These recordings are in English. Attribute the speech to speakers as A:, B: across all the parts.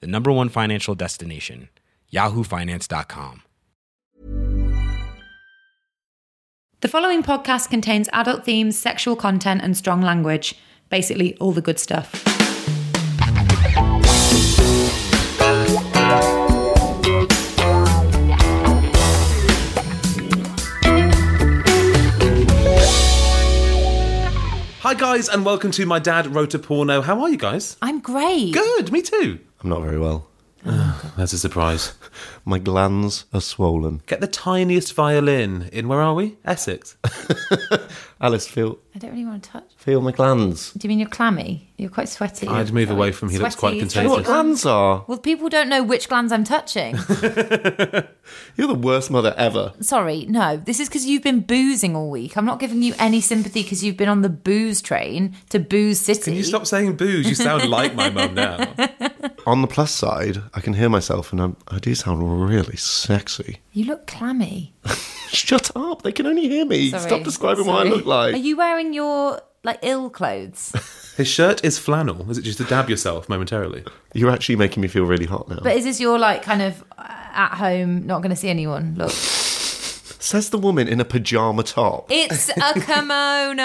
A: the number one financial destination, yahoofinance.com.
B: The following podcast contains adult themes, sexual content, and strong language. Basically, all the good stuff.
C: Hi guys, and welcome to My Dad Wrote a Porno. How are you guys?
B: I'm great.
C: Good, me too.
D: I'm not very well.
C: That's a surprise.
D: My glands are swollen.
C: Get the tiniest violin in. Where are we? Essex.
D: Alice, feel
B: I don't really want to touch.
D: feel my glands.
B: Do you mean you're clammy? You're quite sweaty.
C: I'd move away from here. Looks
B: Sweaty,
C: quite
D: Do you know what
C: contagious.
D: glands are?
B: Well, people don't know which glands I'm touching.
D: You're the worst mother ever.
B: Sorry, no. This is because you've been boozing all week. I'm not giving you any sympathy because you've been on the booze train to booze city.
C: Can you stop saying booze? You sound like my mum now.
D: On the plus side, I can hear myself, and I'm, I do sound really sexy.
B: You look clammy.
D: Shut up! They can only hear me.
B: Sorry.
D: Stop describing what I
B: Sorry.
D: look like.
B: Are you wearing your like ill clothes?
C: His shirt is flannel. Is it just to dab yourself momentarily?
D: You're actually making me feel really hot now.
B: But is this your like kind of uh, at home, not going to see anyone? Look,
D: Says the woman in a pajama top.
B: it's a kimono.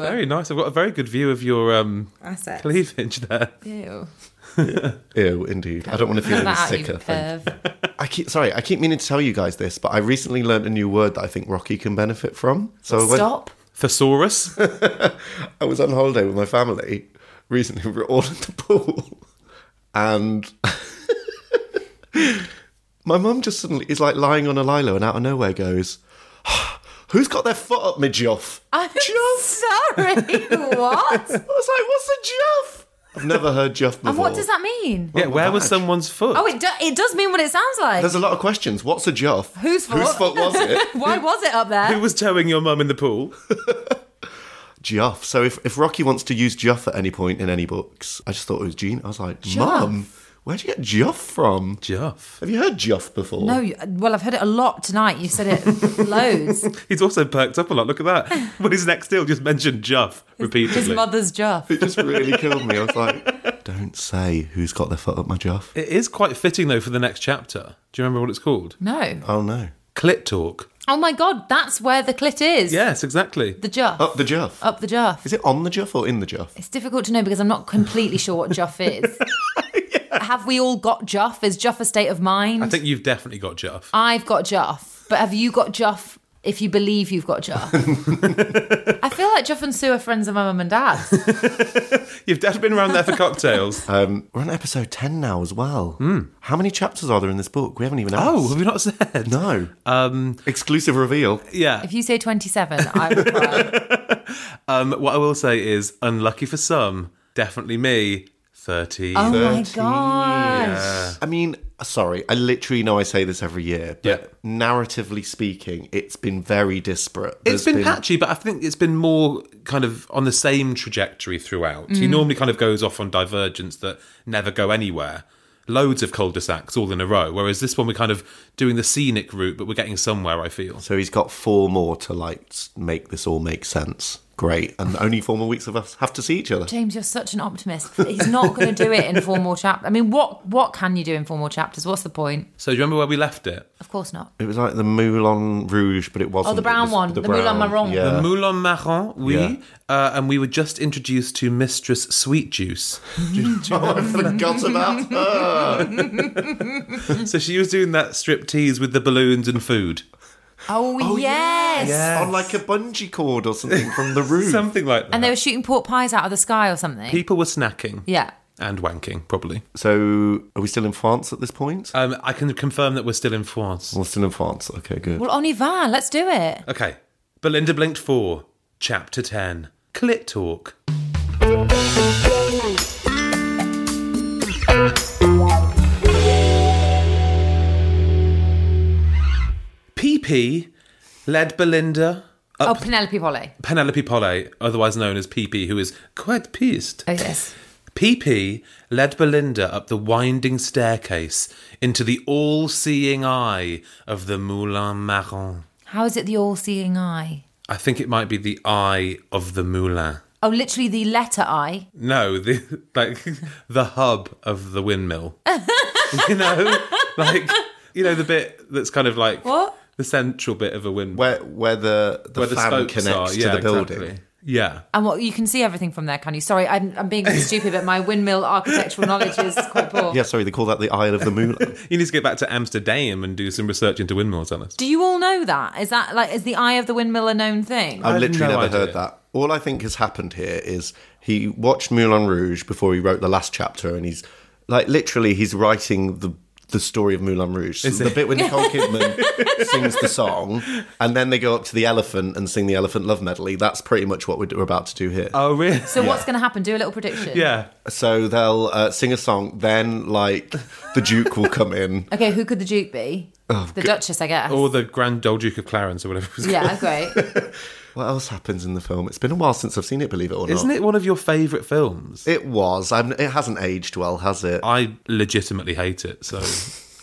C: Very nice. I've got a very good view of your um,
B: Assets.
C: cleavage there.
B: Ew.
D: Ew, indeed. I don't want to feel
B: Cut
D: any
B: that out, you
D: sicker. thank-
B: perv.
D: I keep sorry. I keep meaning to tell you guys this, but I recently learned a new word that I think Rocky can benefit from. So
C: Oh,
D: I went-
B: Stop.
C: Thesaurus.
B: Oh,
D: I was on holiday with my family recently. We were all at the pool, and my mum just suddenly is like lying on a lilo and out of nowhere goes, "Who's got their foot up my juff?"
B: I'm sorry.
D: I
B: what?
D: was like, "What's a juff?" I've never heard juff before.
B: And what does that mean?
C: yeah, where was
D: badge.
C: someone's foot?
B: Oh, it, do- it does mean what it sounds like.
D: There's a lot of questions. What's a juff?
B: Whose foot?
D: Whose foot was it?
B: Why was it up there?
C: Who was towing your mum in the pool?
D: Juff. So if, if Rocky wants to use Juff at any point in any books, I just thought it was Gene. I was like, Mum, where'd you get Juff from?
C: Juff.
D: Have you heard Juff before?
B: No, you- well, I've heard it a lot tonight. You said it loads.
C: He's also perked up a lot. Look at that. When his next deal just mentioned Juff repeatedly.
B: His mother's Juff.
D: It just really killed me. I was like, don't say who's got their foot up my Juff.
C: It is quite fitting though for the next chapter. Do you remember what it's called?
B: No.
D: Oh no.
C: Clit talk.
B: Oh my God, that's where the clit is.
C: Yes, exactly.
B: The Juff.
C: Oh.
D: Up the Juff.
B: Up the Juff.
D: Is it on the Juff or in the Juff?
B: It's difficult to know because I'm not completely sure what Juff is. Have we all got Juff? Is Juff a state of mind?
C: I think you've definitely got Juff.
B: I've got Juff, but have you got Juff if you believe you've got Juff? I feel like Juff and Sue are friends of my mum and dad.
C: You've definitely been around there for cocktails.
D: We're on episode 10 now as well. How many chapters are there in this book? We haven't even asked.
C: Hmm. oh, have you not said?
D: no. Um, Exclusive reveal.
C: Yeah.
B: If you say 27, I will cry.
C: Um, what I will say is, unlucky for some, definitely me, 30.
B: Oh my
D: 13.
B: gosh.
D: I mean, uh, sorry, I literally know I say this every year, but
C: Yeah.
D: narratively speaking, it's been very disparate.
C: It's
D: There's
C: been, patchy, but I think it's been more kind of on the same trajectory throughout. He normally kind of goes off on divergence that never go anywhere. Loads of cul-de-sacs all in a row. Whereas this one, we're kind of doing the scenic route, but we're getting somewhere, I feel.
D: So he's got four more to like s- make this all make sense. Great. And only four more weeks of us have to see each other.
B: James, you're such an optimist. He's not going to do it in four more chapters. I mean, what what can you do in four more chapters? What's the point?
C: So do you remember where we left it?
B: Of course not.
D: It was like the Moulin Rouge, but it wasn't.
B: Oh, the brown
D: It was
B: one, the Moulin Marron.
D: Yeah.
C: The Uh, Moulin Marron, oui.
D: Yeah.
C: Uh, and we were just introduced to Mistress Sweet Juice. Do- do-
D: I forgot about her.
C: so she was doing that strip tease with the balloons and food.
B: Oh, yes.
D: On like a bungee cord or something from the roof.
C: Something like that.
B: And they were shooting pork pies out of the sky or something.
C: People were snacking
B: yeah.
C: and wanking, probably.
D: So, are we still in France at this point?
C: Um, I can confirm that we're still in France.
D: We're still in France. Okay, good.
B: Well, on y va. Let's do it.
C: Okay. Belinda Blinked 4, Chapter 10 Clit Talk. PP led Belinda,
B: Oh, Penelope Polly.
C: Penelope Pollet, otherwise known as PP, who is quite pissed.
B: Oh, yes.
C: PP led Belinda up the winding staircase into the all seeing eye of the Moulin Marron.
B: How is it the all seeing eye?
C: I think it might be the eye of the Moulin.
B: Oh, literally the letter I.
C: No, the like the hub of the windmill. you know? Like you know the bit that's kind of like
B: What?
C: the central bit of a windmill.
D: Where where the the
C: Where the
D: fan
C: spokes
D: connects
C: are, yeah,
D: to the building.
C: Exactly. Yeah.
B: And what you can see everything from there, can you? Sorry, I'm, I'm being stupid, but my windmill architectural knowledge is quite poor.
D: Yeah, sorry, they call that the Isle of the Moon.
C: You need to get back to Amsterdam and do some research into windmills on us.
B: Do you all know that? Is that like is the eye of the windmill a known thing?
D: I've
C: have
D: literally
C: no
D: never
C: idea.
D: heard that. All I think has happened here is he watched Moulin Rouge before he wrote the last chapter, and he's like literally he's writing the the story of Moulin Rouge. So the bit where Nicole Kidman sings the song, and then they go up to the elephant and sing the elephant love medley. That's pretty much what we're we're about to do here.
C: Oh really?
B: so what's going to happen? Do a little prediction.
C: yeah.
D: So they'll uh, sing a song, then like the Duke will come in.
B: Okay, who could the Duke be?
C: Oh,
B: the Duchess, I guess.
C: Or the Grand Old Duke of Clarence or whatever it was called.
B: yeah, great.
D: What else happens in the film? It's been a while since I've seen it. Believe it or not,
C: Isn't it one of your favourite films?
D: It was. I'm, it hasn't aged well, has it?
C: I legitimately hate it, so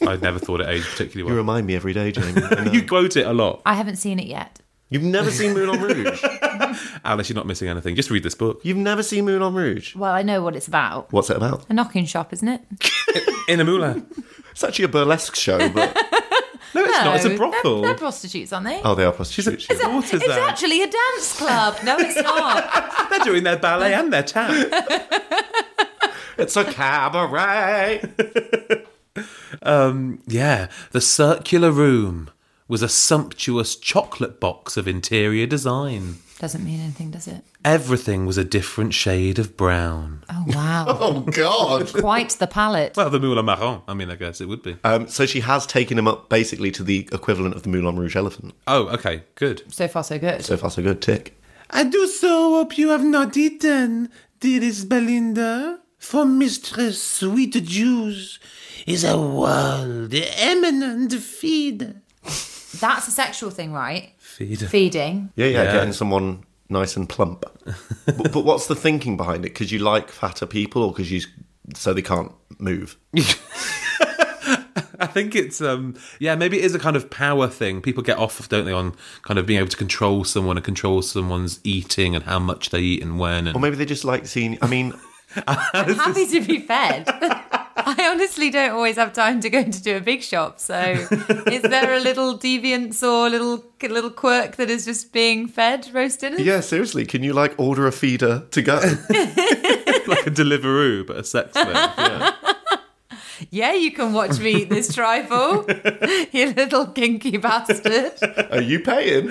C: I never thought it aged particularly
D: You
C: well.
D: remind me every day, Jamie. I know.
C: You quote it a lot.
B: I haven't seen it yet.
D: You've never seen Moulin Rouge.
C: Alice, you're not missing anything. Just read this book.
D: You've never seen Moulin Rouge.
B: Well, I know what it's about.
D: What's it about?
B: A knocking shop, isn't it?
C: In a Moulin.
D: It's actually a burlesque show, but
C: No, it's not. It's a
B: No,
C: brothel.
B: They're, they're prostitutes, aren't they?
D: oh, they are
C: She's a
D: prostitutes.
C: daughter's eh?
B: it's actually a dance club. No, it's not.
C: They're doing their ballet and their tap.
D: It's a cabaret.
C: yeah. The circular room was a sumptuous chocolate box of interior design.
B: Doesn't mean anything, does it?
C: Everything was a different shade of brown.
B: Oh wow,
D: oh God.
B: quite the palette.
C: Well, the Moulin Marron. I mean, I guess it would be.
D: Um, so she has taken him up basically to the equivalent of the Moulin Rouge elephant.
C: Oh, okay. Good.
B: So far, so good.
D: So far, so good. Tick.
C: I do so hope you have not eaten, dearest Belinda. For Mistress Sweet Juice is a world eminent feed.
B: That's a sexual thing, right?
C: Feed.
B: Feeding.
D: Yeah, yeah,
C: Yeah.
D: getting someone nice and plump. but, but what's the thinking behind it? Because you like fatter people, or because you so they can't move?
C: I think it's um yeah maybe it is a kind of power thing. People get off, don't they, on kind of being able to control someone and control someone's eating and how much they eat and when.
D: Or
C: And
D: maybe they just like seeing. I mean,
B: I'm happy to be fed. I honestly don't always have time to go into do a big shop. So, is there a little deviance or little little quirk that is just being fed roast dinner?
D: yeah, seriously, can you like order a feeder to go?
C: like a Deliveroo, but a sex thing. Yeah.
B: Yeah, you can watch me eat this trifle, you little kinky bastard.
D: Are you paying?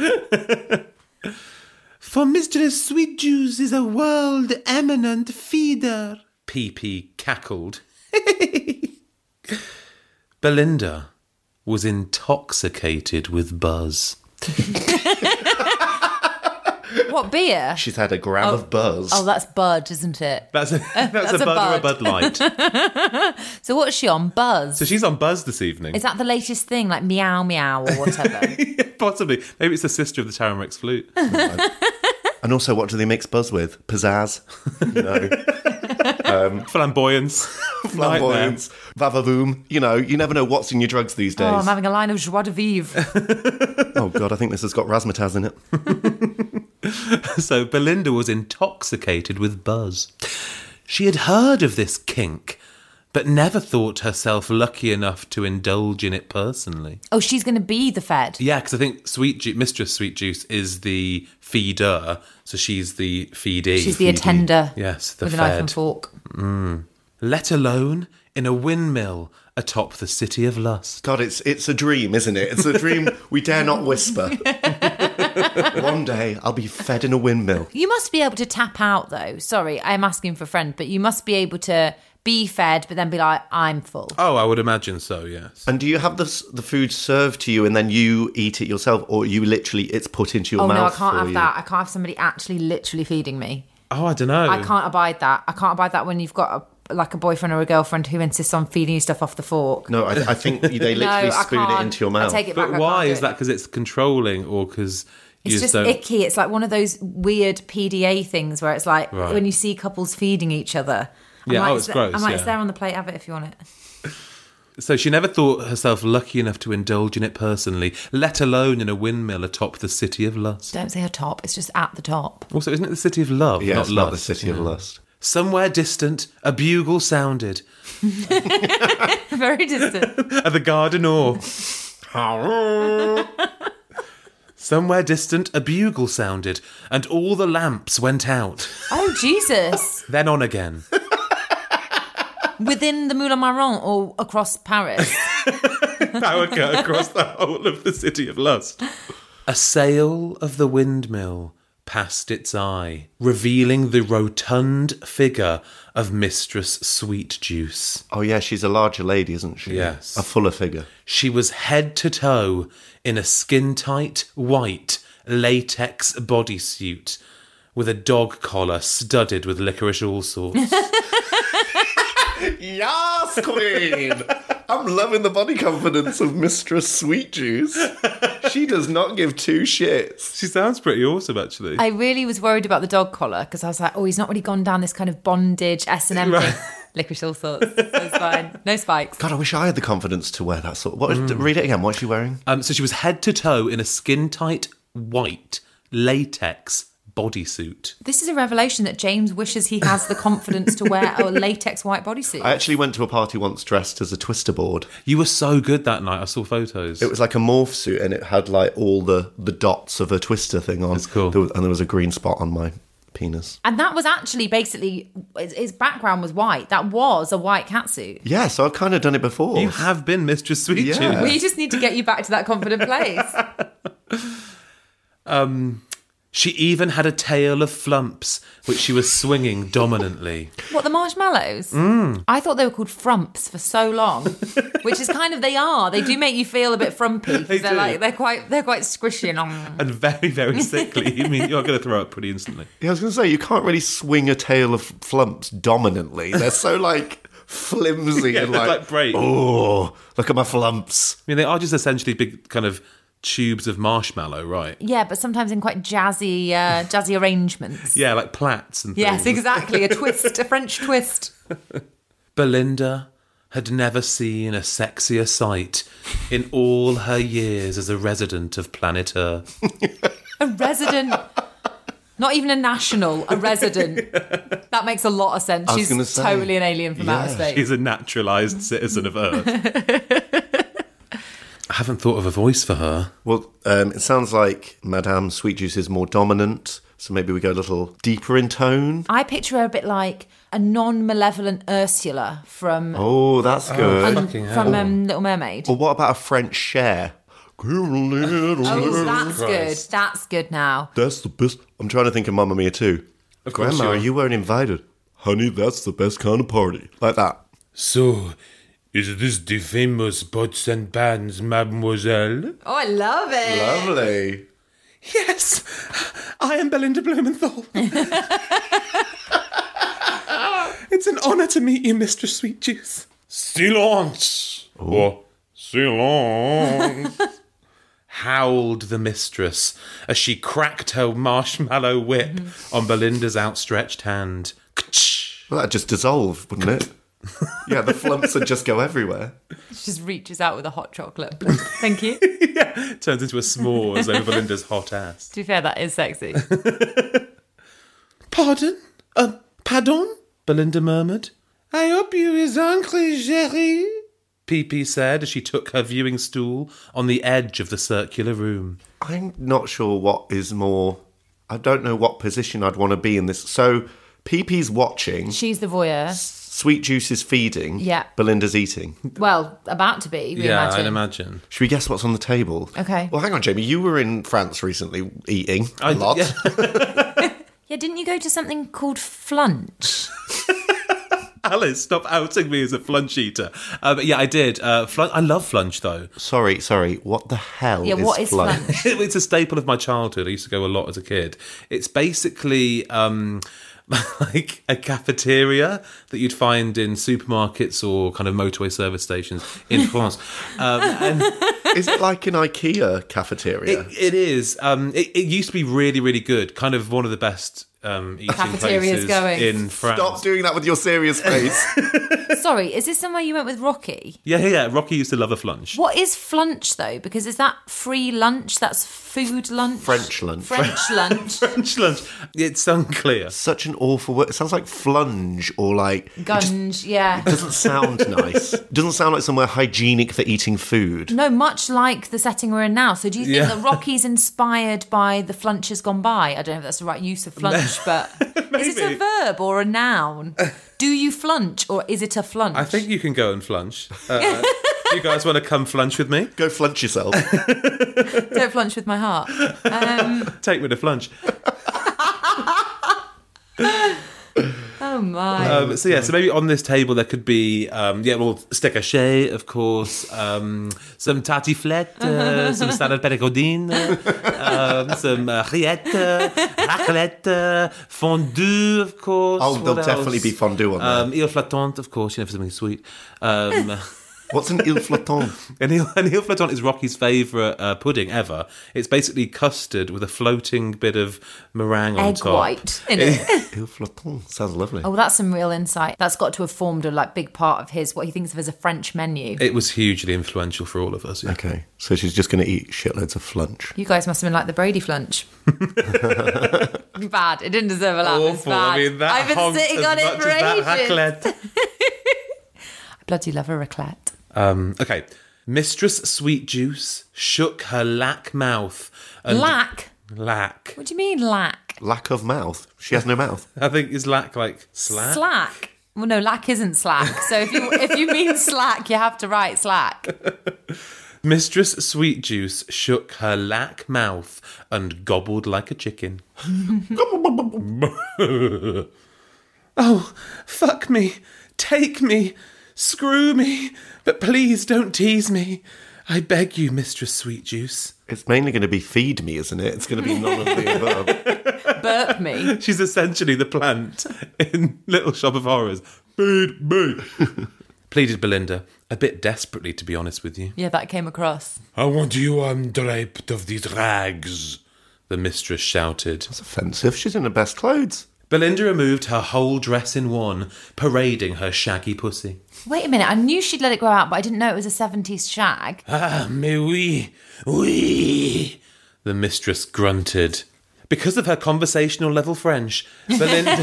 C: For Mistress Sweet Juice is a world eminent feeder. PP cackled. Belinda was intoxicated with buzz.
B: What beer?
D: She's had a gram of buzz.
B: Oh, that's Bud, isn't it?
C: That's a, that's a,
B: a
C: bud or a
B: bud.
C: Bud Light.
B: So, what's she on? Buzz.
C: so she's on Buzz this evening.
B: Is that the latest thing, like meow meow or whatever?
C: Possibly. Maybe it's the sister of the Taramrex flute.
D: And also, what do they mix buzz with? Pizzazz, you know,
C: Flamboyance.
D: flamboyance, vavavoom. You know, you never know what's in your drugs these days.
B: oh,
D: Oh,
B: I'm having a line of joie de vivre.
D: god, I think this has got razzmatazz in it.
C: Nightmare. So Belinda was intoxicated with buzz. She had heard of this kink, but never thought herself lucky enough to indulge in it personally.
B: Oh, she's going to be the Fed.
C: Yeah, because I think Sweet Ju- Mistress Sweet Juice is the feeder, so she's the feedee.
B: She's the attender
C: Yes, the
B: with a knife and
C: fed.
B: fork.
C: Let alone in a windmill atop the city of lust.
D: God, it's it's a dream, isn't it? It's a dream we dare not whisper. One day I'll be fed in a windmill.
B: You must be able to tap out, though. Sorry, I'm asking for a friend, but you must be able to be fed, but then be like, I'm full.
C: Oh, I would imagine so. Yes.
D: And do you have the s- the food served to you and then you eat it yourself, or you literally it's put into your
B: Oh no, I
D: mouth?
B: can't
D: for
B: have
D: you?
B: that. I can't have somebody actually literally feeding me.
C: Oh, I don't know.
B: I can't abide that. I can't abide that when you've got a like a boyfriend or a girlfriend who insists on feeding you stuff off the fork.
D: No, I, I think they literally
B: No, I
D: spoon it
B: can't.
D: into your
B: I
D: mouth.
B: take it
C: But
B: back. I
C: why
B: can't do
C: is
B: it.
C: that? Because it's controlling, or because you
B: It's
C: just,
B: just
C: don't?
B: icky. It's like one of those weird PDA things where it's like
C: Right.
B: when you see couples feeding each other. I'm
C: Yeah,
B: like,
C: oh,
B: "It's
C: it's
B: there-
C: gross,
B: I'm like,
C: yeah.
B: it's there on the plate. Have it if you want it.
C: So she never thought herself lucky enough to indulge in it personally, let alone in a windmill atop the city of lust.
B: Don't say a top. It's just at the top.
C: Also, isn't it the city of love,
D: yeah,
C: not
D: it's
C: lust? Mm.
D: not the city of lust.
C: Somewhere distant, a bugle sounded
B: Very distant.
C: at the garden or somewhere distant, a bugle sounded, and all the lamps went out.
B: oh Jesus!
C: Then on again.
B: Within the Moulin Marron or across Paris.
C: power cut across the whole of the city of lust. A sail of the windmill passed its eye, revealing the rotund figure of Mistress Sweet Juice.
D: Oh yeah, she's a larger lady, isn't she?
C: Yes.
D: a fuller figure.
C: She was head to toe in a skin tight, white, latex bodysuit with a dog collar studded with licorice all sorts.
D: Yes, queen. I'm loving the body confidence of Mistress Sweet Juice. She does not give two shits.
C: she sounds pretty awesome, actually.
B: I really was worried about the dog collar because I was like, oh, he's not really gone down this kind of bondage S and M
C: Right.
B: thing. Licorice all sorts. That's fine. No spikes.
D: God, I wish I had the confidence to wear that sort. What? Read it again. What's she wearing?
C: Um, so she was head to toe in a skin tight, white, latex bodysuit.
B: This is a revelation that James wishes he has the confidence to wear a latex white bodysuit.
D: I actually went to a party once dressed as a twister board.
C: You were so good that night. I saw photos.
D: It was like a morph suit, and it had like all the the dots of a twister thing on.
C: That's cool.
D: There was- and there was a green spot on my penis.
B: And that was actually basically his- his background was white. That was a white catsuit.
D: Yeah, so I've kind of done it before.
C: you have been Mistress Sweet
D: Yeah.
C: Tooth.
B: We just need to get you back to that confident place.
C: She even had a tail of flumps, which she was swinging dominantly.
B: What the marshmallows?
D: Mm.
B: I thought they were called frumps for so long, which is kind of they are. They do make you feel a bit frumpy
C: They
B: because they are
C: do.
B: like they're quite they're quite squishy and um,
C: And very, very sickly. I mean, you're going to throw up pretty instantly.
D: Yeah, I was going to say you can't really swing a tail of flumps dominantly. They're so like flimsy
C: Yeah,
D: and
C: like,
D: like,
C: break.
D: oh, look at my flumps.
C: I mean, they are just essentially big kind of tubes of marshmallow, right?
B: yeah, but sometimes in quite jazzy uh, jazzy arrangements.
C: Yeah, like plats and things.
B: Yes, exactly. A twist, a French twist.
C: Belinda had never seen a sexier sight in all her years as a resident of planet Earth.
B: A resident. Not even a national, a resident. That makes a lot of sense.
D: was
B: She's
D: gonna say,
B: totally an alien from outer
D: yeah.
B: space.
C: He's a naturalized citizen of Earth. I haven't thought of a voice for her.
D: Well, um, it sounds like Madame Sweet Juice is more dominant, so maybe we go a little deeper in tone.
B: I picture her a bit like a non-malevolent Ursula from
D: Oh, that's good.
C: fucking hell.
B: from um, Little Mermaid.
D: well, what about a French share?
B: Oh, that's good. That's good now.
D: That's the best. I'm trying to think of Mamma Mia too.
C: Of course
D: Grandma,
C: you
D: you,
C: are.
D: weren't invited. Honey, that's the best kind of party. Like that.
C: So, is this the famous pots and pans, mademoiselle?
B: Oh, I love it.
D: Lovely.
C: Yes, I am Belinda Blumenthal. it's an honour to meet you, Mistress Sweet Juice. Silence! Or silence! Howled the mistress as she cracked her marshmallow whip on Belinda's outstretched hand. Ktsch.
D: Well, that'd just dissolve, wouldn't it? yeah, the flumps would just go everywhere.
B: She just reaches out with a hot chocolate. Thank you. to
C: Turns into a s'mores over Belinda's hot ass.
B: be fair, that is sexy.
C: Pardon? Uh, pardon? Belinda murmured. I hope you is hungry, Jerry. Pee said as she took her viewing stool on the edge of the circular room.
D: I'm not sure what is more. I don't know what position I'd want to be in this. So, PP's watching,
B: She's the voyeur.
D: Sweet Juice is feeding,
B: Yeah.
D: Belinda's eating.
B: Well, about to be. We
C: yeah,
B: imagine.
C: I'd imagine.
D: Should we guess what's on the table?
B: Okay.
D: Well, hang on, Jamie. You were in France recently eating a lot.
C: yeah.
B: yeah, didn't you go to something called flunch?
C: Alice, stop outing me as a flunch eater. Uh, but yeah, I did. Uh, flun- I love flunch though.
D: Sorry, sorry. What the hell
B: Yeah,
D: is
B: what is
D: flunch?
B: flunch?
C: it's a staple of my childhood. I used to go a lot as a kid. It's basically um, like a cafeteria that you'd find in supermarkets or kind of motorway service stations in France. Um, and
D: Is it like an IKEA cafeteria?
C: it, it is. Um, it, it used to be really, really good. Kind of one of the best um, eating
B: Cafeterias
C: places
B: going.
C: in France.
D: Stop doing that with your serious face.
B: Sorry, is this somewhere you went with Rocky?
C: Yeah, yeah, yeah. Rocky used to love a flunch.
B: What is flunch though? Because is that free lunch? That's food lunch.
D: French lunch.
B: French lunch.
C: French lunch. It's unclear.
D: Such an awful word. It sounds like flunge or like.
B: Gunge. Yeah.
D: Doesn't sound nice. Doesn't sound like somewhere hygienic for eating food.
B: No, much like the setting we're in now. So do you think
C: Yeah.
B: the Rocky's inspired by the flunch has gone by? I don't know if that's the right use of flunch, but is it a
C: Maybe.
B: verb or a noun? Do you flunch or is it a flunch?
C: I think you can go and flunch. Uh, do you guys want to come flunch with me?
D: Go flunch yourself.
B: don't flunch with my heart.
C: Take me to flunch.
B: Oh my.
C: Um, so yeah, so maybe on this table there could be um, yeah, well, steak haché, of course, um, some tartiflette, uh, some salad pericodine, um, some uh, rillette, raclette, uh, fondue, of course.
D: Oh, there'll
C: What
D: definitely
C: else?
D: be fondue on there.
C: Um, Eel flottante, of course, you know, for something sweet. Um,
D: What's an il flottant?
C: An eel, an eel flottante is Rocky's favourite uh, pudding ever. It's basically custard with a floating bit of meringue on
B: Egg
C: top.
B: white in it.
D: Il flottant. Sounds lovely.
B: Oh, that's some real insight. That's got to have formed a like big part of his what he thinks of as a French menu.
C: It was hugely influential for all of us. Yeah.
D: Okay. So she's just going to eat shitloads of flunch.
B: You guys must have been like the Brady flunch. bad. It didn't deserve a laugh. It's
C: Awful.
B: bad.
C: I mean, that
B: have been
C: honked
B: sitting
C: as
B: on it
C: much
B: for
C: as that
B: ages.
C: raclette.
B: Bloody love a raclette.
C: Um, okay. Mistress Sweet Juice shook her lack mouth. And
B: Lack.
C: Lack.
B: What do you mean lack?
D: Lack of mouth. She has no mouth.
C: I think is lack like slack?
B: Slack. Well, no, lack isn't slack. So if you if you mean slack, you have to write slack.
C: Mistress Sweet Juice shook her lack mouth and gobbled like a chicken. oh, fuck me. Take me. Screw me. But please don't tease me. I beg you, Mistress Sweet Juice.
D: It's mainly going to be feed me, isn't it? It's going to be none of the above.
B: Burp me.
C: She's essentially the plant in Little Shop of Horrors. Feed me. Pleaded Belinda, a bit desperately, to be honest with you.
B: Yeah, that came across.
C: I want you undraped of these rags, the mistress shouted.
D: It's offensive. She's in her best clothes.
C: Belinda removed her whole dress in one, parading her shaggy pussy.
B: Wait a minute. I knew she'd let it grow out, but I didn't know it was a seventies shag.
C: Ah, mais oui, oui, the mistress grunted. Because of her conversational level French, Belinda.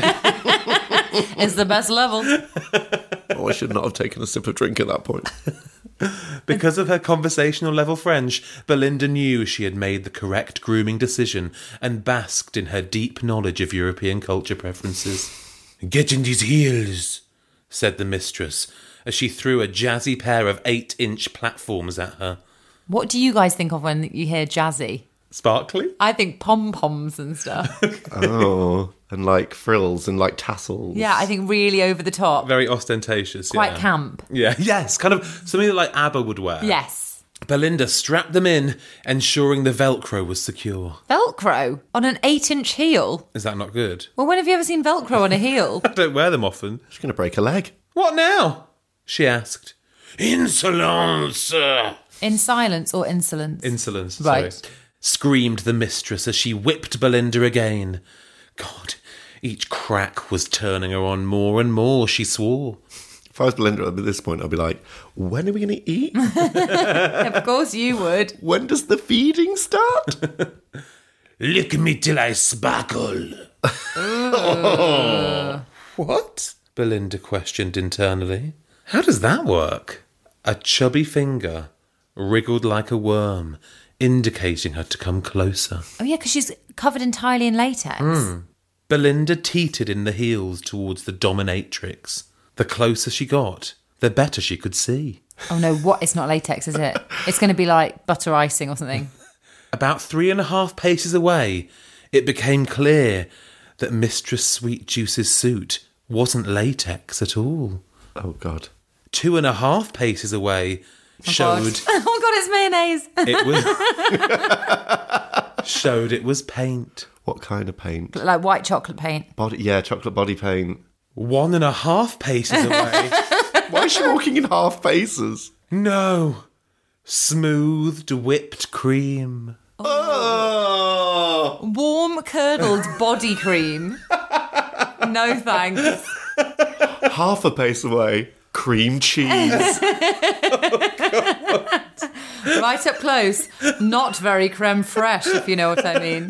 B: It's the best level.
D: Oh, I should not have taken a sip of drink at that point.
C: Because of her conversational level French, Belinda knew she had made the correct grooming decision and basked in her deep knowledge of European culture preferences. Get in these heels, said the mistress as she threw a jazzy pair of eight inch platforms at her.
B: What do you guys think of when you hear jazzy?
C: Sparkly?
B: I think pom poms and stuff.
D: Oh, and like frills and like tassels.
B: Yeah, I think really over the top,
C: Very ostentatious.
B: quite
C: yeah.
B: camp.
C: Yeah, yes, kind of something that like ABBA would wear.
B: Yes,
C: Belinda strapped them in, ensuring the Velcro was secure.
B: Velcro on an eight-inch heel.
C: Is that not good?
B: Well, when have you ever seen Velcro on a heel?
C: I don't wear them often.
D: She's going to break a leg.
C: What now? she asked. Insolence!
B: In silence or insolence?
C: Insolence,
B: Right.
C: sorry. Screamed the mistress as she whipped Belinda again. God, each crack was turning her on more and more, she swore.
D: If I was Belinda at this point, I'd be like, when are we going to eat?
B: of course you would.
D: When does the feeding start?
C: Lick me till I sparkle. what? Belinda questioned internally. How does that work? A chubby finger wriggled like a worm, indicating her to come closer.
B: Oh yeah, because she's covered entirely in latex.
C: Hmm. Belinda teetered in the heels towards the dominatrix. The closer she got, the better she could see.
B: Oh no, what? It's not latex, is it? It's going to be like butter icing or something.
C: About three and a half paces away, it became clear that Mistress Sweet Juice's suit wasn't latex at all.
D: oh, God.
C: Two and a half paces away showed
B: God. oh god, it's mayonnaise.
C: it was showed it was paint.
D: What kind of paint?
B: Like white chocolate paint.
D: Body, yeah, chocolate body paint.
C: One and a half paces away.
D: Why is she walking in half paces?
C: no. Smoothed whipped cream.
D: Oh,
B: Warm curdled body cream. No thanks.
D: half a pace away. Cream cheese.
B: Right up close. Not very creme fraiche, if you know what I mean.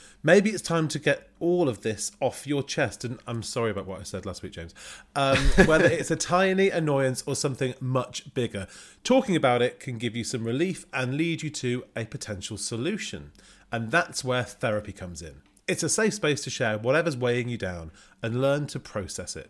C: Maybe it's time to get all of this off your chest. And I'm sorry about what I said last week, James. Um, whether it's a tiny annoyance or something much bigger, talking about it can give you some relief and lead you to a potential solution. And that's where therapy comes in. It's a safe space to share whatever's weighing you down and learn to process it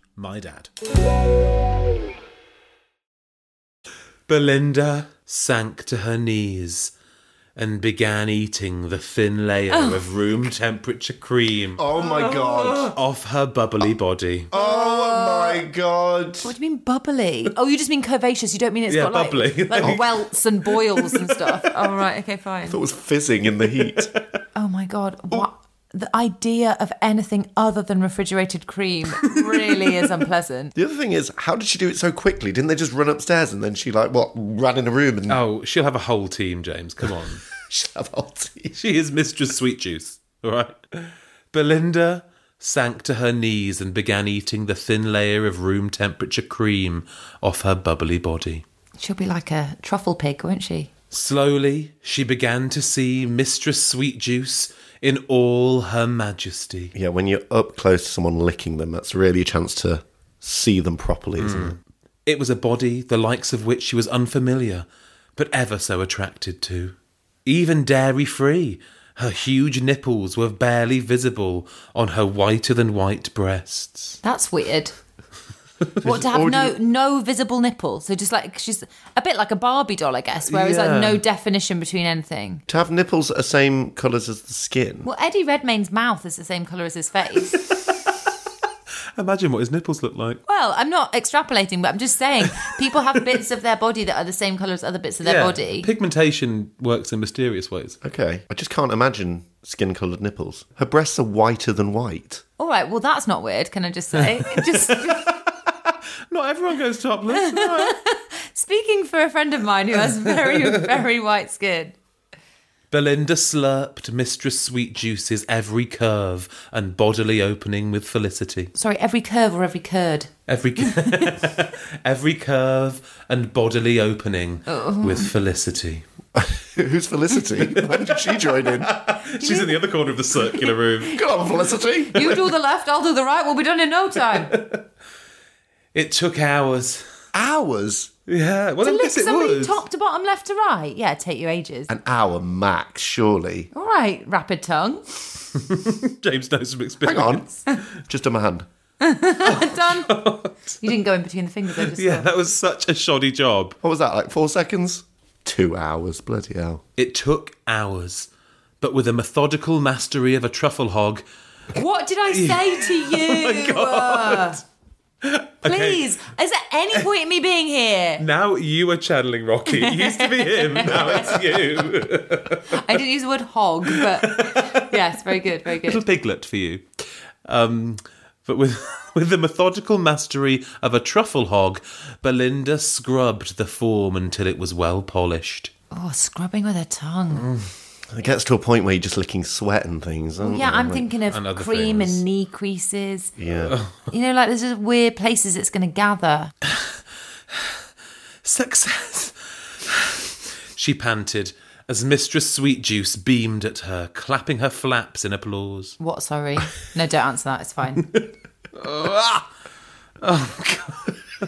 C: mydad. Belinda sank to her knees and began eating the thin layer of room temperature cream
D: Oh my god.
C: off her bubbly body.
D: Oh my god.
B: What do you mean bubbly? Oh, you just mean curvaceous. You don't mean it's
C: Yeah,
B: got like,
C: bubbly.
B: like welts and boils and stuff. Oh, right. Okay, fine.
D: It was fizzing in the heat.
B: Oh my god! What the idea of anything other than refrigerated cream really is unpleasant.
D: the other thing is, how did she do it so quickly? Didn't they just run upstairs and then she, like, what, ran in a room and
C: Oh, she'll have a whole team, James. Come on.
D: she'll have whole tea?
C: She is Mistress Sweet Juice, all right? Belinda sank to her knees and began eating the thin layer of room temperature cream off her bubbly body.
B: She'll be like a truffle pig, won't she?
C: Slowly, she began to see Mistress Sweet Juice in all her majesty.
D: Yeah, when you're up close to someone licking them, that's really a chance to see them properly, isn't it?
C: It was a body the likes of which she was unfamiliar, but ever so attracted to. Even dairy free, her huge nipples were barely visible on her whiter than white breasts.
B: That's weird. What to have no no visible nipple? So just like she's a bit like a Barbie doll, I guess, where it's
C: Yeah.
B: like no definition between anything.
D: To have nipples that are same colours as the skin.
B: Well, Eddie Redmayne's mouth is the same colour as his face.
C: Imagine what his nipples look like.
B: well, I'm not extrapolating, but I'm just saying people have bits of their body that are the same colour as other bits of their
C: Yeah,
B: body.
C: Pigmentation works in mysterious ways.
D: Okay. I just can't imagine skin coloured nipples. Her breasts are whiter than white.
B: All right, well that's not weird. Can I just say? just
C: Not everyone goes topless. no.
B: Speaking for a friend of mine who has very, very white skin.
C: Belinda slurped Mistress Sweet Juice's every curve and bodily opening with felicity.
B: Sorry, every curve or every curd.
C: Every every curve and bodily opening
B: Oh.
C: with felicity.
D: Who's Felicity? when did she join in?
C: She's in the other corner of the circular room.
D: Come on, Felicity.
B: You do the left, I'll do the right. We'll be done in no time.
C: It took hours.
D: Hours.
C: Yeah, well,
B: To
C: I
B: lick
C: guess it
B: somebody
C: was.
B: top to bottom, left to right. Yeah, take you ages.
D: An hour max, surely.
B: All right, rapid tongue.
C: James knows from experience.
D: Hang on. just on my hand.
B: Done. You didn't go in between the fingers. I just
C: Yeah,
B: yeah.
C: that was such a shoddy job.
D: What was that, like four seconds? Two hours, bloody hell.
C: It took hours, but with a methodical mastery of a truffle hog,
B: What did I say to
C: Oh
B: you? Please, is there any point in me being here?
C: Now you are channeling Rocky. It used to be him, now it's you.
B: I didn't use the word hog, but yes, very good, very
C: Little
B: good.
C: piglet for you. Um, but with with the methodical mastery of a truffle hog, Belinda scrubbed the form until it was well polished.
B: Oh, scrubbing with a tongue.
D: Mm. It gets to a point where you're just licking sweat and things. aren't
B: Yeah,
D: you?
B: I'm
D: Like-
B: thinking of
C: and other
B: cream
C: things.
B: and knee creases.
D: Yeah.
B: You know, like there's just weird places it's going to gather.
C: Success! she panted as Mistress Sweet Juice beamed at her, clapping her flaps in applause.
B: What? Sorry, no, don't answer that. It's fine.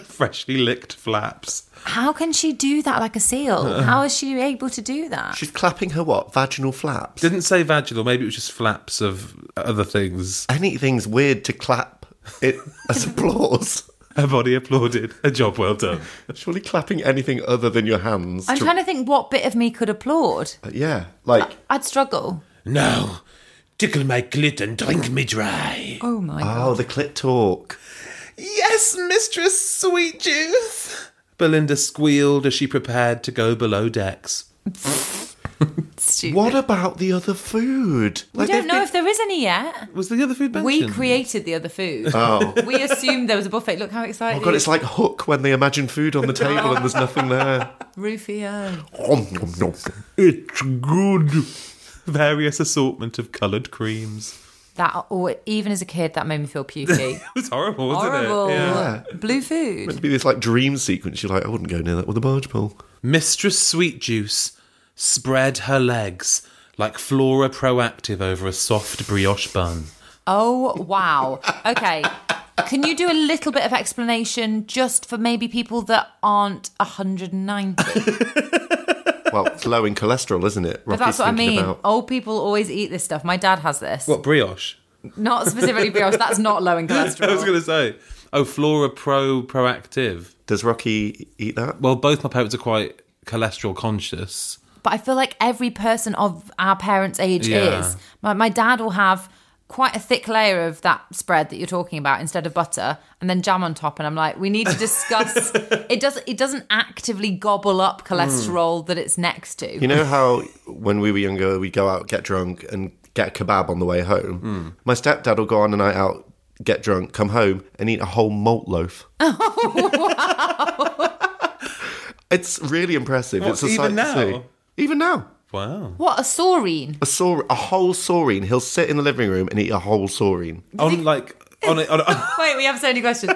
C: Freshly licked flaps.
B: How can she do that like a seal? How is she able to do that?
D: She's clapping her what? Vaginal flaps.
C: Didn't say vaginal, maybe it was just flaps of other things.
D: Anything's weird to clap it as applause.
C: Her body applauded. A job well done.
D: Surely clapping anything other than your hands.
B: I'm
D: to-
B: trying to think what bit of me could applaud.
D: yeah, like
B: I'd struggle.
C: Now, tickle my clit and drink me dry.
B: Oh my god.
D: oh, the clit talk.
C: Yes, Mistress Sweet Juice. Belinda squealed as she prepared to go below decks.
B: Stupid.
D: What about the other food?
B: We
D: Like
B: don't
D: they've
B: know
D: been-
B: if there is any yet.
C: Was the other food
B: We
C: mentioned?
B: created the other food. We assumed there was a buffet. Look how excited.
D: Oh god, it's like Hook when they imagine food
B: Oh.
D: on the table and there's nothing there.
B: Rufio.
D: Om, nom, nom.
C: It's good. Various assortment of coloured creams.
B: That or even as a kid, that made me feel puky.
C: It was horrible, wasn't
B: Horrible.
C: it? Yeah.
B: Blue food.
D: It'd be this like dream sequence. You're like, I wouldn't go near that with a barge pole.
C: Mistress Sweet Juice spread her legs like Flora Proactive over a soft brioche bun.
B: Oh wow. Okay. Can you do a little bit of explanation just for maybe people that aren't 190?
D: Well, it's low in cholesterol, isn't it?
B: But that's what I mean. Oh. Old people always eat this stuff. My dad has this.
C: What brioche?
B: Not specifically brioche. That's not low in cholesterol.
C: I was going to say. Oh, Flora Pro Proactive.
D: Does Rocky eat that?
C: Well, both my parents are quite cholesterol conscious.
B: but I feel like every person of our parents' age
C: Yeah.
B: is. My, my dad will have quite a thick layer of that spread that you're talking about instead of butter, and then jam on top. And I'm like, we need to discuss. it does. It doesn't actively gobble up cholesterol that it's next to.
D: You know how when we were younger, we'd go out, get drunk, and get a kebab on the way home?
B: Hmm.
D: My stepdad will go on a night out, get drunk, come home, and eat a whole malt loaf.
B: Uh.
D: Oh, it's really impressive.
C: What,
D: it's a
C: even
D: sight
C: now?
D: to see. Even now.
C: Wow.
B: what a saurine!
D: A, saur- a whole saurine. He'll sit in the living room and eat a whole saurine.
C: On like on, a, on a,
B: Wait, we have so many questions.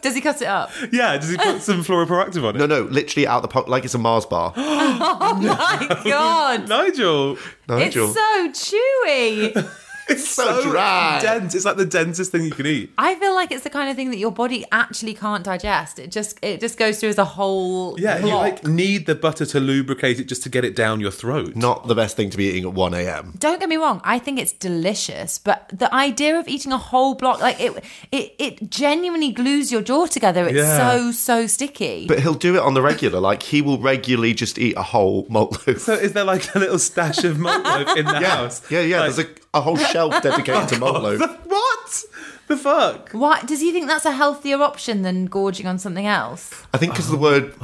B: Does he cut it up?
C: yeah. Does he put some flora proactive on it?
D: No, no, literally out the pot, like it's a Mars bar.
B: Oh My God,
C: Nigel,
B: it's
D: Nigel.
B: so chewy.
C: it's
D: so dry.
C: dense. It's like the densest thing you can eat.
B: I feel like it's the kind of thing that your body actually can't digest. It just it just goes through as a whole.
C: Yeah, you
B: block.
C: like need the butter to lubricate it just to get it down your throat.
D: Not the best thing to be eating at 1 a.m.
B: don't get me wrong i think it's delicious but the idea of eating a whole block like it it, it genuinely glues your jaw together it's
C: Yeah.
B: so so sticky
D: But he'll do it on the regular. Like he will regularly just eat a whole malt loaf.
C: So is there like a little stash of malt loaf in the house?
D: Yeah, yeah.
C: Like,
D: there's a, a whole shelf dedicated
C: Oh
D: to malt loaf.
C: what the fuck?
B: why does he think that's a healthier option than gorging on something else
D: I think because the
C: Oh
D: word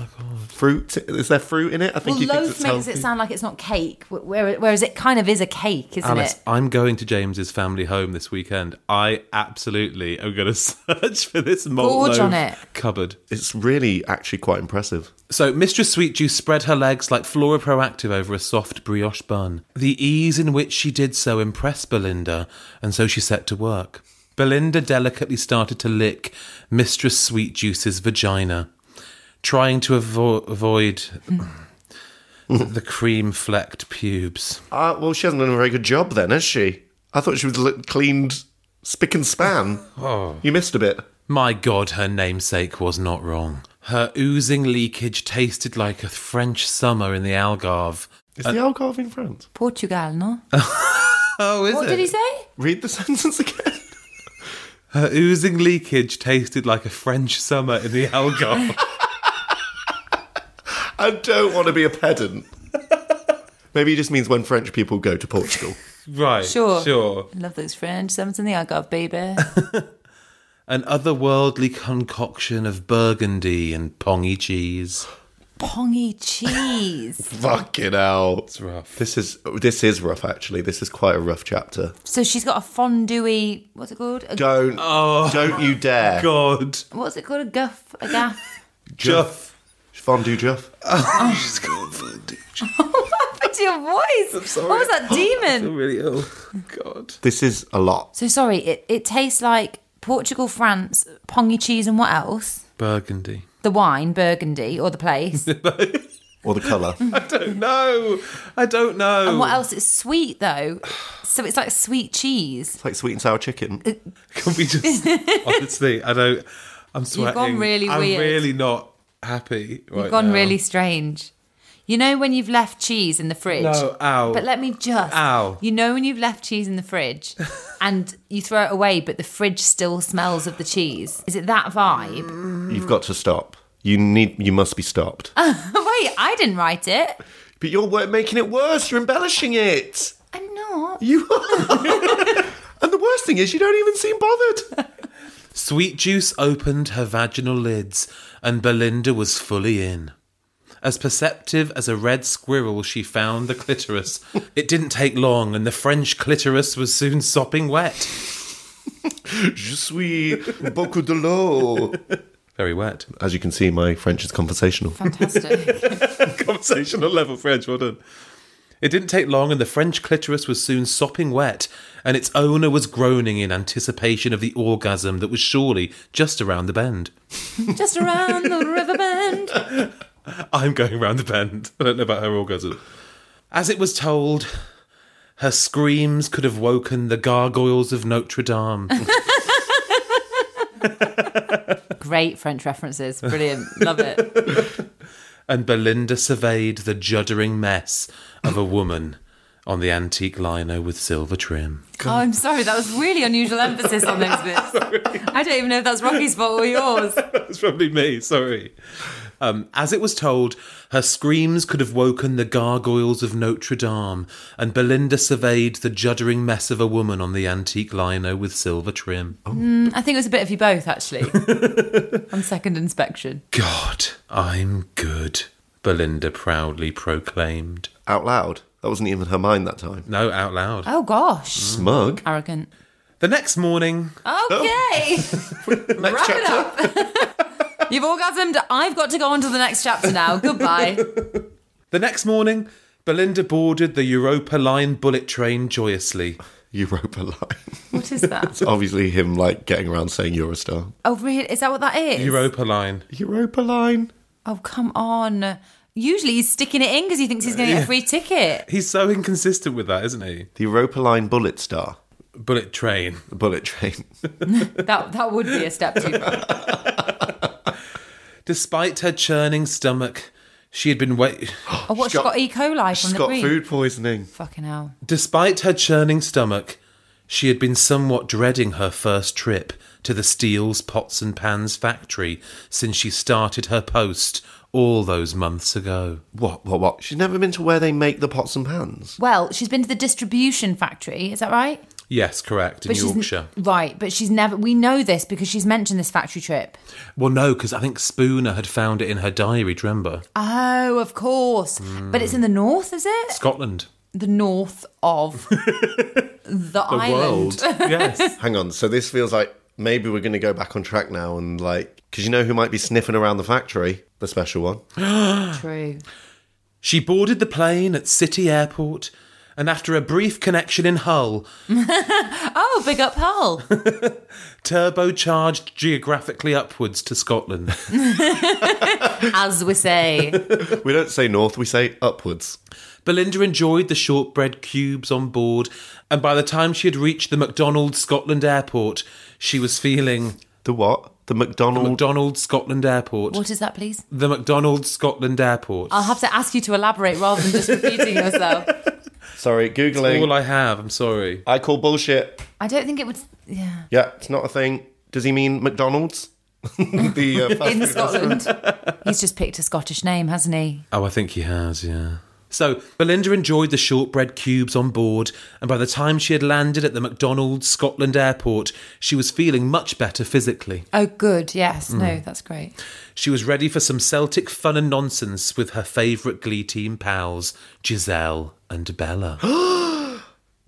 D: fruit is there fruit in it. I think
B: well
D: he thinks
B: loaf
D: it's
B: makes
D: healthy.
B: it sound like it's not cake wh- where- whereas it kind of is a cake isn't
C: Alice,
B: it
C: I'm going to James's family home this weekend. I absolutely am going to search for this malt
B: Gorge
C: loaf
B: on it.
C: cupboard.
D: It's really actually quite impressive.
C: So, Mistress Sweet Juice spread her legs like Flora Proactive over a soft brioche bun. The ease in which she did so impressed Belinda, and so she set to work. Belinda delicately started to lick Mistress Sweet Juice's vagina, trying to avo- avoid the cream flecked pubes.
D: Uh, well, she hasn't done a very good job then, has she? I thought she was li- cleaned spick and span. Oh. You missed a bit.
C: My God, her namesake was not wrong. Her oozing leakage tasted like a French summer in the Algarve.
D: Is
C: Uh,
D: the alcohol in France?
B: portugal no
C: Oh, is
B: what did he say
D: Read the sentence again.
C: Her oozing leakage tasted like a French summer in the Algarve.
D: I don't want to be a pedant. Maybe he just means when French people go to Portugal.
C: Right.
B: Sure.
C: Sure.
B: Love those French. Something the I got, baby.
C: An otherworldly concoction of burgundy and pongy cheese.
B: Pongy cheese.
D: Fucking hell. It's
C: rough.
D: This is this is rough actually. This is quite a rough chapter.
B: so she's got a fondue. What's it called? A,
D: Don't don't you dare.
C: Oh God.
B: what's it called? A guff. A gaff.
C: Juff.
D: Fondue Jeff.
C: She's gone for it.
B: What's your voice? What was that demon?
C: really ill. God.
D: This is a lot.
B: So sorry. It it tastes like Portugal, France, pongy cheese, and what else?
C: Burgundy.
B: The wine, Burgundy, or the place.
D: Or the colour.
C: No, I don't know.
B: and what else? It's sweet though. So it's like sweet cheese.
D: it's like sweet and sour chicken.
C: Can we just honestly? I don't. I'm sweating.
B: gone really
C: I'm
B: weird.
C: really not happy. Right
B: You've gone
C: now.
B: really strange. You know when you've left cheese in the fridge.
C: No, ow.
B: But let me just.
C: Ow.
B: You know when you've left cheese in the fridge and you throw it away, but the fridge still smells of the cheese. Is it that vibe?
D: You've got to stop. You need you must be stopped.
B: Wait, I didn't write it.
D: But you're wor- making it worse. You're embellishing it.
B: I'm not.
D: You are. and the worst thing is you don't even seem bothered.
C: Sweet juice opened her vaginal lids, and Belinda was fully in. As perceptive as a red squirrel, she found the clitoris. it didn't take long, and the French clitoris was soon sopping wet.
D: Je suis beaucoup de l'eau.
C: Very wet.
D: As you can see, my French is conversational.
B: Fantastic.
C: Conversational level French, well done. It didn't take long, and the French clitoris was soon sopping wet, and its owner was groaning in anticipation of the orgasm that was surely just around the bend.
B: Just around the river bend.
C: I'm going round the bend. I don't know about her orgasm. As it was told, her screams could have woken the gargoyles of Notre Dame.
B: Great French references. Brilliant. Love it.
C: and Belinda surveyed the juddering mess of a woman on the antique lino with silver trim.
B: Oh, I'm sorry. That was really unusual emphasis on those bits. I don't even know if that's Rocky's fault or yours.
C: It's probably me, sorry. Um, as it was told, her screams could have woken the gargoyles of Notre Dame, and Belinda surveyed the juddering mess of a woman on the antique lino with silver trim.
B: I think it was a bit of you both, actually. on second inspection.
C: God, I'm good, Belinda proudly proclaimed.
D: Out loud. That wasn't even her mind that time.
C: No, out loud.
B: Oh,
E: Mm.
B: gosh.
D: Smug.
B: Arrogant.
C: The next morning,
B: Okay. Wrap it up. You've orgasmed. I've got to go on to the next chapter now. Goodbye.
C: the next morning, Belinda boarded the Europa Line bullet train joyously.
D: Europa line.
B: What is that?
D: It's obviously him like getting around saying Eurostar.
B: Oh, really? Is that what that is?
C: Europa Line.
D: Europa line.
B: Oh, come on. Usually he's sticking it in because he thinks he's going to get a free ticket.
C: He's so inconsistent with that, isn't he?
D: The Europa line bullet star.
C: Bullet train.
D: The bullet train.
B: That that would be a step too far.
C: Despite her churning stomach, she had been wait.
B: Oh, what? She's
D: got-
B: got E. coli from
D: She's
B: the
D: got
B: green.
D: food poisoning.
B: Fucking hell.
C: Despite her churning stomach, she had been somewhat dreading her first trip to the Steels Pots and Pans factory since she started her post all those months ago.
D: What, what, what? She's never been to where they make the pots and pans.
B: Well, she's been to the distribution factory. Is that right?
C: Yes, correct, in
B: she's n-
C: Yorkshire.
B: right, but she's never. We know this because she's mentioned this factory trip.
C: Well, no, because I think Spooner had found it in her diary, do you remember?
B: Oh, of course. But it's in the north, is it?
C: Scotland.
B: the north of the, island.
C: yes.
D: Hang on. So this feels like maybe we're going to go back on track now and like, because you know who might be sniffing around the factory? The special one.
B: True.
C: She boarded the plane at City Airport, and after a brief connection in Hull,
B: Oh, big up Hull.
C: turbocharged geographically upwards to Scotland.
B: as we say.
D: We don't say north, we say upwards.
C: Belinda enjoyed the shortbread cubes on board, and by the time she had reached the McDonald's Scotland Airport, she was feeling
D: The what? The McDonald.
C: McDonald's Scotland Airport.
B: What Ah. is that, please?
C: The McDonald's Scotland Airport.
B: I'll have to ask you to elaborate rather than just repeating yourself.
D: Sorry, Googling.
C: All I have, I'm sorry.
D: I call bullshit.
B: I don't think it would. Yeah.
D: Yeah, it's not a thing. Does he mean McDonald's? the uh, fast
B: In
D: food-
B: Scotland. He's just picked a Scottish name, hasn't he?
C: Oh, I think he has, yeah. So Belinda enjoyed the shortbread cubes on board, and by the time she had landed at the McDonald's Scotland airport, she was feeling much better physically.
B: Oh, good. Yes. No, that's great.
C: She was ready for some Celtic fun and nonsense with her favourite Glee team pals, Giselle and Bella.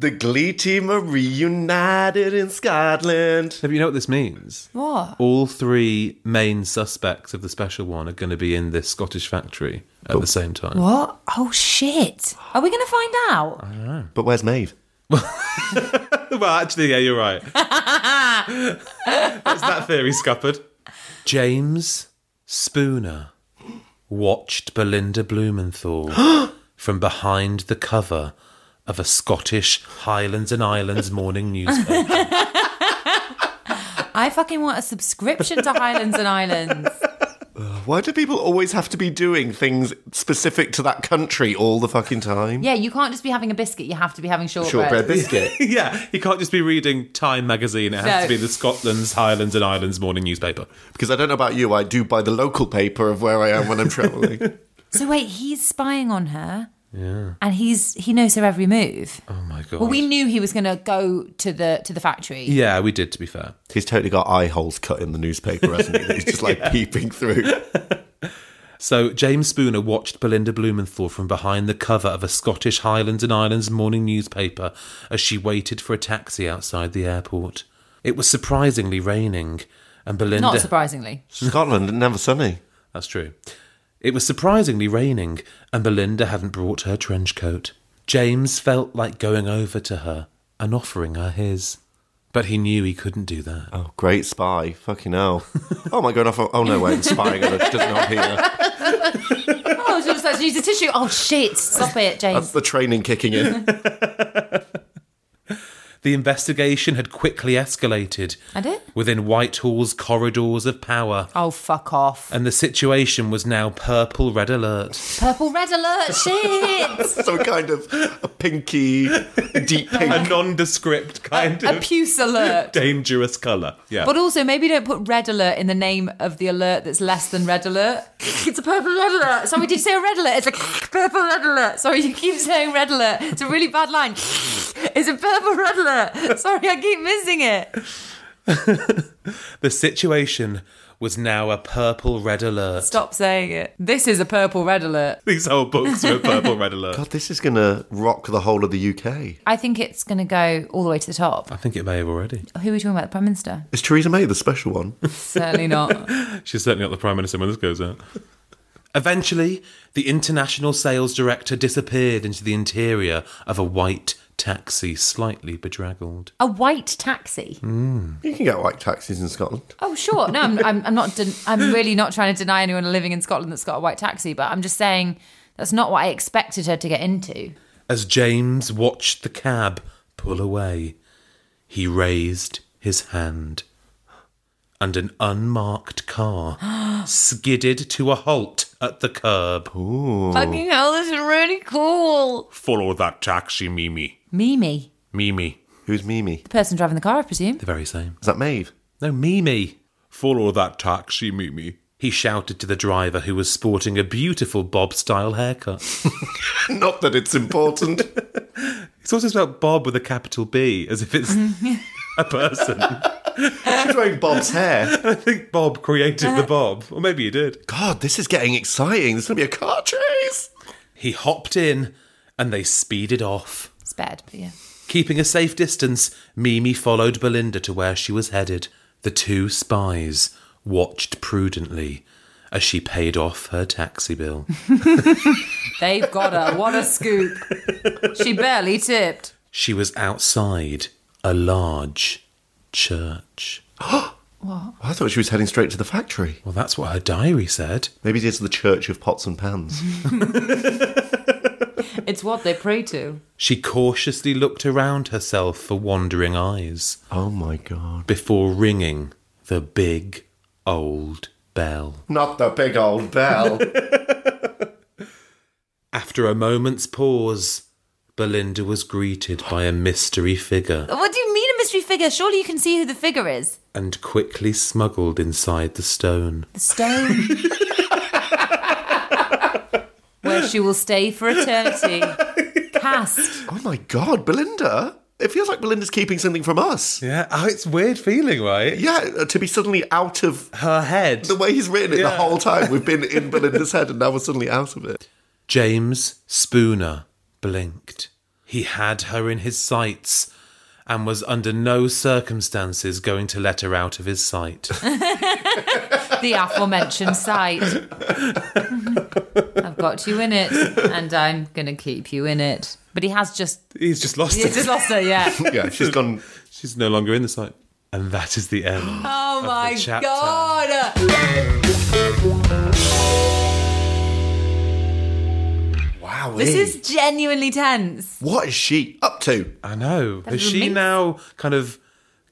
E: The Glee team are reunited in Scotland.
C: Have you know what this means?
B: What?
C: All three main suspects of the special one are going to be in this Scottish factory at the same time.
B: What? Oh, shit. Are we going to find out?
E: But where's Maeve?
C: well, actually, yeah, you're right. That's that theory scuppered. James Spooner watched Belinda Blumenthal from behind the cover of a Scottish Highlands and Islands morning newspaper.
B: I fucking want a subscription to Highlands and Islands.
E: Why do people always have to be doing things specific to that country all the fucking time?
B: Yeah, you can't just be having a biscuit. You have to be having shortbread.
E: Shortbread biscuit.
C: yeah, you can't just be reading Time magazine. It has
B: No.
C: to be the Scotland's Highlands and Islands morning newspaper.
E: because I don't know about you, I do buy the local paper of where I am when I'm traveling.
B: So wait, he's spying on her. Yeah. And he's he knows her every move.
C: Oh my god.
B: Well, we knew he was going to go to the to the factory.
C: yeah, we did. To be fair,
E: He's totally got eye holes cut in the newspaper, hasn't he? That he's just like peeping through.
C: So James Spooner watched Belinda Blumenthal from behind the cover of a Scottish Highlands and Islands morning newspaper as she waited for a taxi outside the airport. It was surprisingly raining, and uh, Belinda
B: Not surprisingly.
E: Scotland and never sunny.
C: That's true. It was surprisingly raining, and Belinda hadn't brought her trench coat. James felt like going over to her and offering her his. But he knew he couldn't do that.
E: Oh, great spy. Fucking hell. Oh my god. I thought, oh no, wait, I'm spying on her. She doesn't know I'm here.
B: Oh, she was like, she needs a tissue. Oh shit! Stop it,
E: That's
B: James.
E: the training kicking in.
C: The investigation had quickly escalated
B: I did.
C: within Whitehall's corridors of power.
B: Oh fuck off!
C: and the situation was now purple red alert.
B: Purple red alert. Shit.
E: Some kind of a pinky, deep pink.
C: nondescript kind
B: a puce alert.
C: dangerous colour. Yeah.
B: But also, maybe don't put red alert in the name of the alert that's less than red alert. It's a purple red alert. Sorry, did you say a red alert? It's like purple red alert. Sorry, you keep saying red alert. It's a really bad line. It's a purple red alert. Sorry, I keep missing it.
C: the situation was now a purple red alert.
B: Stop saying it. This is a purple red alert.
C: These whole books were purple red alert.
E: God, this is gonna rock the whole of the UK.
B: I think it's going to go all the way to the top.
C: I think it may have already.
B: Who are we talking about? The Prime Minister?
E: Is Theresa May the special one?
B: Certainly not.
C: She's certainly not the Prime Minister when this goes out. Eventually, the international sales director disappeared into the interior of a white taxi, slightly bedraggled.
B: A white taxi.
E: You can get white taxis in Scotland.
B: Oh, sure. No, I'm, I'm, I'm not. Den- I'm really not trying to deny anyone living in Scotland that's got a white taxi, but I'm just saying that's not what I expected her to get into.
C: As James watched the cab pull away, he raised his hand, and an unmarked car skidded to a halt at the curb.
B: Fucking hell, this is really cool.
C: Follow that taxi, Mimi.
B: Mimi,
C: Mimi.
E: Who's Mimi?
B: the person driving the car, I presume.
C: The very same.
E: Is that Maeve?
C: No, Mimi. Follow that taxi, Mimi. He shouted to the driver who was sporting a beautiful bob style haircut.
E: Not that it's important.
C: It's also spelled Bob with a capital B, as if it's a person.
E: She's wearing Bob's hair.
C: I think Bob created the Bob, or maybe he did.
E: God, this is getting exciting. There's gonna be a car chase.
C: He hopped in and they speeded off.
B: It's bad, but yeah.
C: Keeping a safe distance, Mimi followed Belinda to where she was headed. The two spies watched prudently as she paid off her taxi bill.
B: They've got her. What a scoop. She barely tipped.
C: she was outside a large church.
E: I thought she was heading straight to the factory.
C: Well, that's what her diary said.
E: Maybe it is the Church of Pots and Pans.
B: It's what they pray to.
C: She cautiously looked around herself for wandering eyes
E: oh my god.
C: before ringing the big old bell.
E: Not the big old bell.
C: After a moment's pause, Belinda was greeted by a mystery figure
B: What do you mean a mystery figure? Surely you can see who the figure is.
C: and quickly smuggled inside the stone.
B: The stone. Where where she will stay for eternity. Cast.
E: Oh my God, Belinda! It feels like Belinda's keeping something from us.
C: Yeah, oh, it's weird feeling, right?
E: Yeah, uh, to be suddenly out of
C: Her head.
E: the way he's written it the
C: Yeah.
E: whole time. We've been in Belinda's head and now we're suddenly out of it.
C: James Spooner blinked. He had her in his sights and was under no circumstances going to let her out of his sight.
B: The aforementioned sight. I've got you in it, and I'm going to keep you in it. But he has just,
C: He's just lost
B: he
C: it.
B: has just lost her, yeah.
E: Yeah, she's gone.
C: She's no longer in the sight. And that is the end.
B: Oh my
C: chapter.
B: God.
E: Wow. eh.
B: This is genuinely tense.
E: What is she up to?
C: I know. Has
B: little
C: she
B: minx.
C: now kind of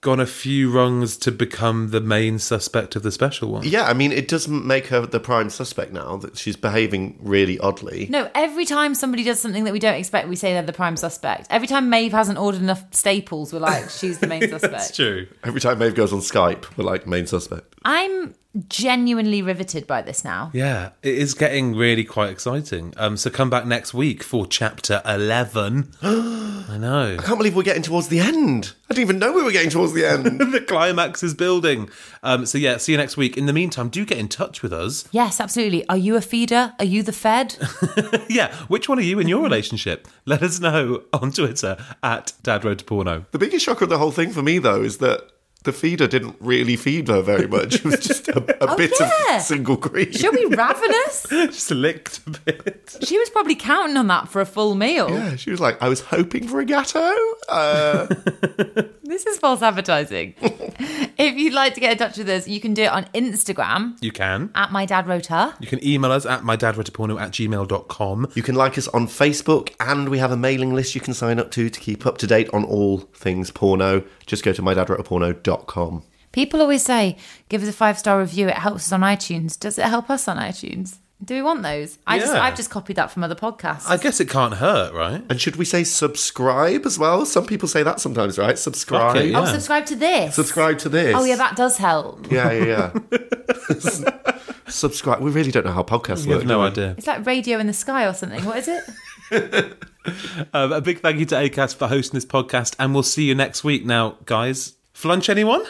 C: gone a few rungs to become the main suspect of the special one?
E: Yeah, I mean, it doesn't make her the prime suspect now that she's behaving really oddly.
B: No, every time somebody does something that we don't expect, we say they're the prime suspect. Every time Maeve hasn't ordered enough staples, we're like, she's the main
C: That's
B: suspect.
C: true.
E: Every time Maeve goes on Skype, we're like main suspect.
B: I'm genuinely riveted by this now.
C: Yeah, it is getting really quite exciting. Um, so come back next week for chapter 11. I know.
E: I can't believe we're getting towards the end. I didn't even know we were getting towards the end.
C: the climax is building. Um, so yeah, see you next week. In the meantime, do get in touch with us.
B: Yes, absolutely. Are you a feeder? Are you the fed?
C: Yeah, which one are you in your relationship? Let us know on Twitter at Dad Road to Porno.
E: the biggest shocker of the whole thing for me, though, is that the feeder didn't really feed her very much. It was just a, a bit
B: Oh, yeah.
E: of single cream.
B: She'll be ravenous.
C: Just licked a bit.
B: She was probably counting on that for a full meal.
E: Yeah, she was like, I was hoping for a gatto. Uh,
B: This is false advertising. if you'd like to get in touch with us, you can do it on Instagram
C: You can.
B: at my dad wrote her.
C: You can email us at mydadroadtoporno at gmail.com.
E: you can like us on Facebook, and we have a mailing list you can sign up to to keep up to date on all things porno. Just go to mydadwroteaporno.com.
B: People always say, give us a five star review. It helps us on iTunes. Does it help us on iTunes? Do we want those? I just
C: Yeah.
B: I've just copied that from other podcasts.
C: I guess it can't hurt, right?
E: And should we say subscribe as well? Some people say that sometimes, right? Subscribe.
C: Fuck it, yeah.
B: oh, subscribe to this.
E: Subscribe to this.
B: Oh yeah, that does help.
E: Yeah, yeah, yeah. S- subscribe. We really don't know how podcasts
C: We
E: work.
C: have no
E: do we?
C: idea.
B: It's like radio in the sky or something. What is it?
C: Um, a big thank you to ACAS for hosting this podcast, and we'll see you next week. Now, guys, flunch anyone?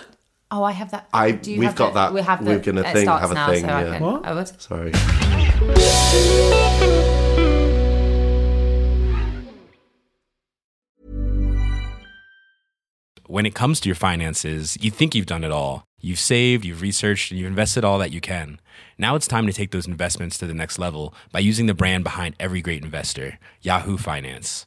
B: Oh, I have that.
E: I-
B: do you
E: we've
B: have
E: got
B: the-
E: that.
B: We have the,
E: We're gonna
B: it
E: thing-
B: starts
E: have a
B: now,
E: thing,
B: So I,
E: yeah.
B: can,
C: What?
B: I would.
E: Sorry.
A: When it comes to your finances, you think you've done it all. You've saved, you've researched, and you've invested all that you can. Now it's time to take those investments to the next level by using the brand behind every great investor, Yahoo Finance.